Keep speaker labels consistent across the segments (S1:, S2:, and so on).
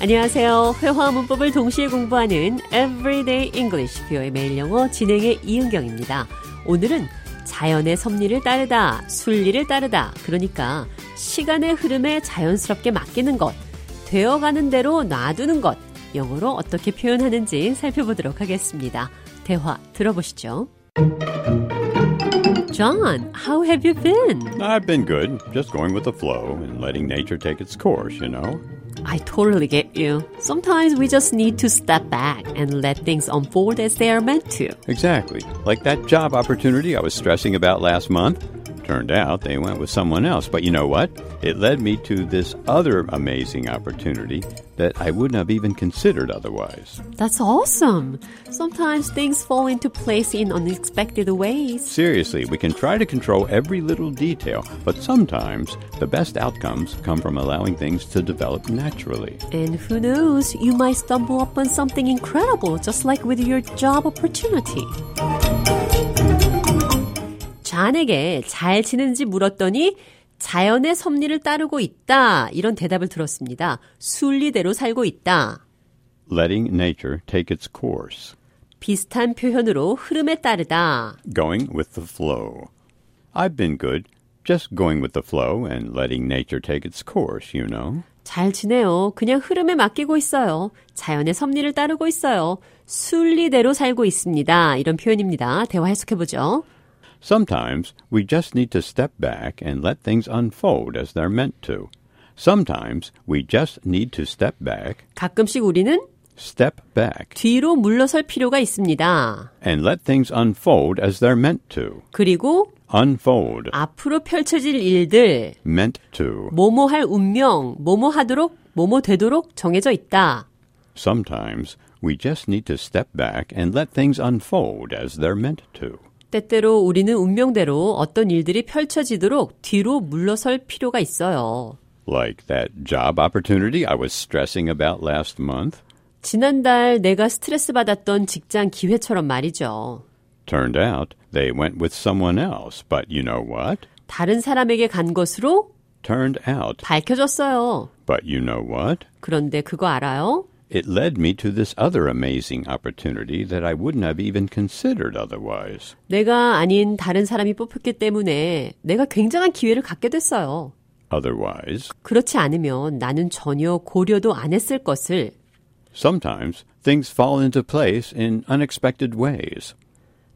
S1: 안녕하세요. 회화 문법을 동시에 공부하는 Everyday English 뷰의 매일 영어 진행의 이은경입니다. 오늘은 자연의 섭리를 따르다, 순리를 따르다. 그러니까 시간의 흐름에 자연스럽게 맡기는 것, 되어가는 대로 놔두는 것, 영어로 어떻게 표현하는지 살펴보도록 하겠습니다. 대화 들어보시죠. John, how have you been?
S2: I've been good, just going with the flow and letting nature take its course, you know.
S1: I totally get you. Sometimes we just need to step back and let things unfold as they are meant to.
S2: Exactly. Like that job opportunity I was stressing about last month. Turned out they went with someone else, but you know what? It led me to this other amazing opportunity that I wouldn't have even considered otherwise.
S1: That's awesome. Sometimes things fall into place in unexpected ways.
S2: Seriously, we can try to control every little detail, but sometimes the best outcomes come from allowing things to develop naturally.
S1: And who knows, you might stumble upon something incredible, just like with your job opportunity. 잔에게 잘 지내는지 물었더니 자연의 섭리를 따르고 있다. 이런 대답을 들었습니다. 순리대로 살고 있다.
S2: Letting nature take its course.
S1: 비슷한 표현으로 흐름에 따르다.
S2: Going with the flow. I've been good, just going with the flow and letting nature take its course, you know.
S1: 잘 지내요. 그냥 흐름에 맡기고 있어요. 자연의 섭리를 따르고 있어요. 순리대로 살고 있습니다. 이런 표현입니다. 대화 해석해보죠.
S2: Sometimes we just need to step back and let things unfold as they're meant to. Sometimes we just need to step back,
S1: 가끔씩 우리는
S2: step back,
S1: 뒤로 물러설 필요가 있습니다.
S2: and let things unfold as they're meant to.
S1: 그리고
S2: Unfold,
S1: 앞으로 펼쳐질 일들,
S2: meant to.
S1: 뭐뭐 할 운명, 뭐뭐 하도록, 뭐뭐 되도록 정해져 있다.
S2: Sometimes we just need to step back and let things unfold as they're meant to.
S1: 때때로 우리는 운명대로 어떤 일들이 펼쳐지도록 뒤로 물러설 필요가 있어요.
S2: Like that job opportunity I was stressing about last month.
S1: 지난달 내가 스트레스 받았던 직장 기회처럼 말이죠.
S2: Turned out they went with someone else, but you know what?
S1: 다른 사람에게 간 것으로
S2: Turned out,
S1: 밝혀졌어요.
S2: but you know what?
S1: 그런데 그거 알아요?
S2: It led me to this other amazing opportunity that I wouldn't have even considered otherwise.
S1: 내가 아닌 다른 사람이 뽑혔기 때문에 내가 굉장한 기회를 갖게 됐어요.
S2: Otherwise,
S1: 그렇지 않으면 나는 전혀 고려도 안 했을 것을
S2: sometimes things fall into place in unexpected ways.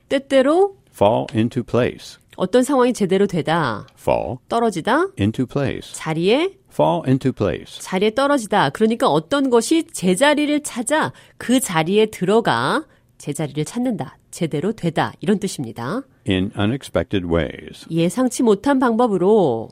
S1: 때때로
S2: Fall into place.
S1: 어떤 상황이 제대로 되다,
S2: Fall
S1: 떨어지다,
S2: into place.
S1: 자리에
S2: Fall into place.
S1: 자리에 떨어지다. 그러니까 어떤 것이 제자리를 찾아 그 자리에 들어가 제자리를 찾는다. 제대로 되다. 이런 뜻입니다.
S2: In unexpected ways.
S1: 예상치 못한 방법으로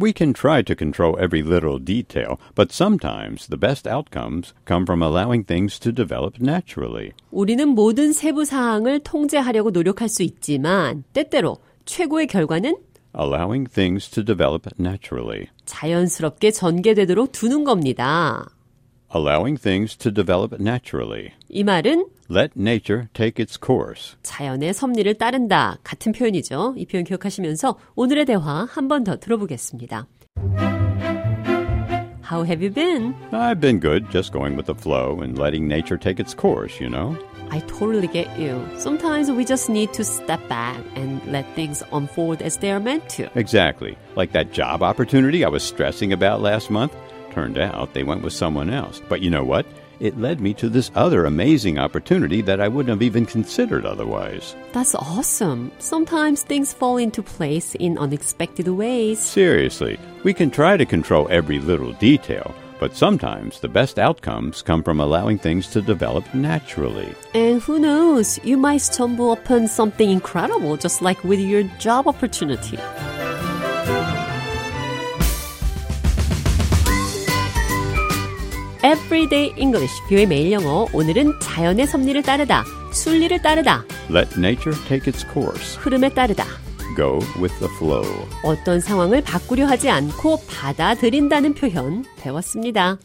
S2: We can try to control every little detail, but sometimes the best outcomes come from allowing things to develop naturally.
S1: 우리는 모든 세부 사항을 통제하려고 노력할 수 있지만 때때로 최고의 결과는
S2: Allowing things to develop naturally.
S1: 자연스럽게 전개되도록 두는 겁니다.
S2: Allowing things to develop naturally.
S1: 이 말은
S2: Let nature take its course.
S1: 자연의 섭리를 따른다 같은 표현이죠. 이 표현 기억하시면서 오늘의 대화 한 번 더 들어보겠습니다. How have you been?
S2: I've been good just going with the flow and letting nature take its course, you know.
S1: I totally get you. Sometimes we just need to step back and let things unfold as they are meant to.
S2: Exactly. Like that job opportunity I was stressing about last month. Turned out they went with someone else. But you know what? It led me to this other amazing opportunity that I wouldn't have even considered otherwise.
S1: That's awesome. Sometimes things fall into place in unexpected ways.
S2: Seriously, we can try to control every little detail, but sometimes the best outcomes come from allowing things to develop naturally.
S1: And who knows, you might stumble upon something incredible just like with your job opportunity. Everyday English, 뷰의 매일 영어. 오늘은 자연의 섭리를 따르다, 순리를 따르다,
S2: Let nature take its course.
S1: 흐름에 따르다.
S2: Go with the flow.
S1: 어떤 상황을 바꾸려 하지 않고 받아들인다는 표현 배웠습니다.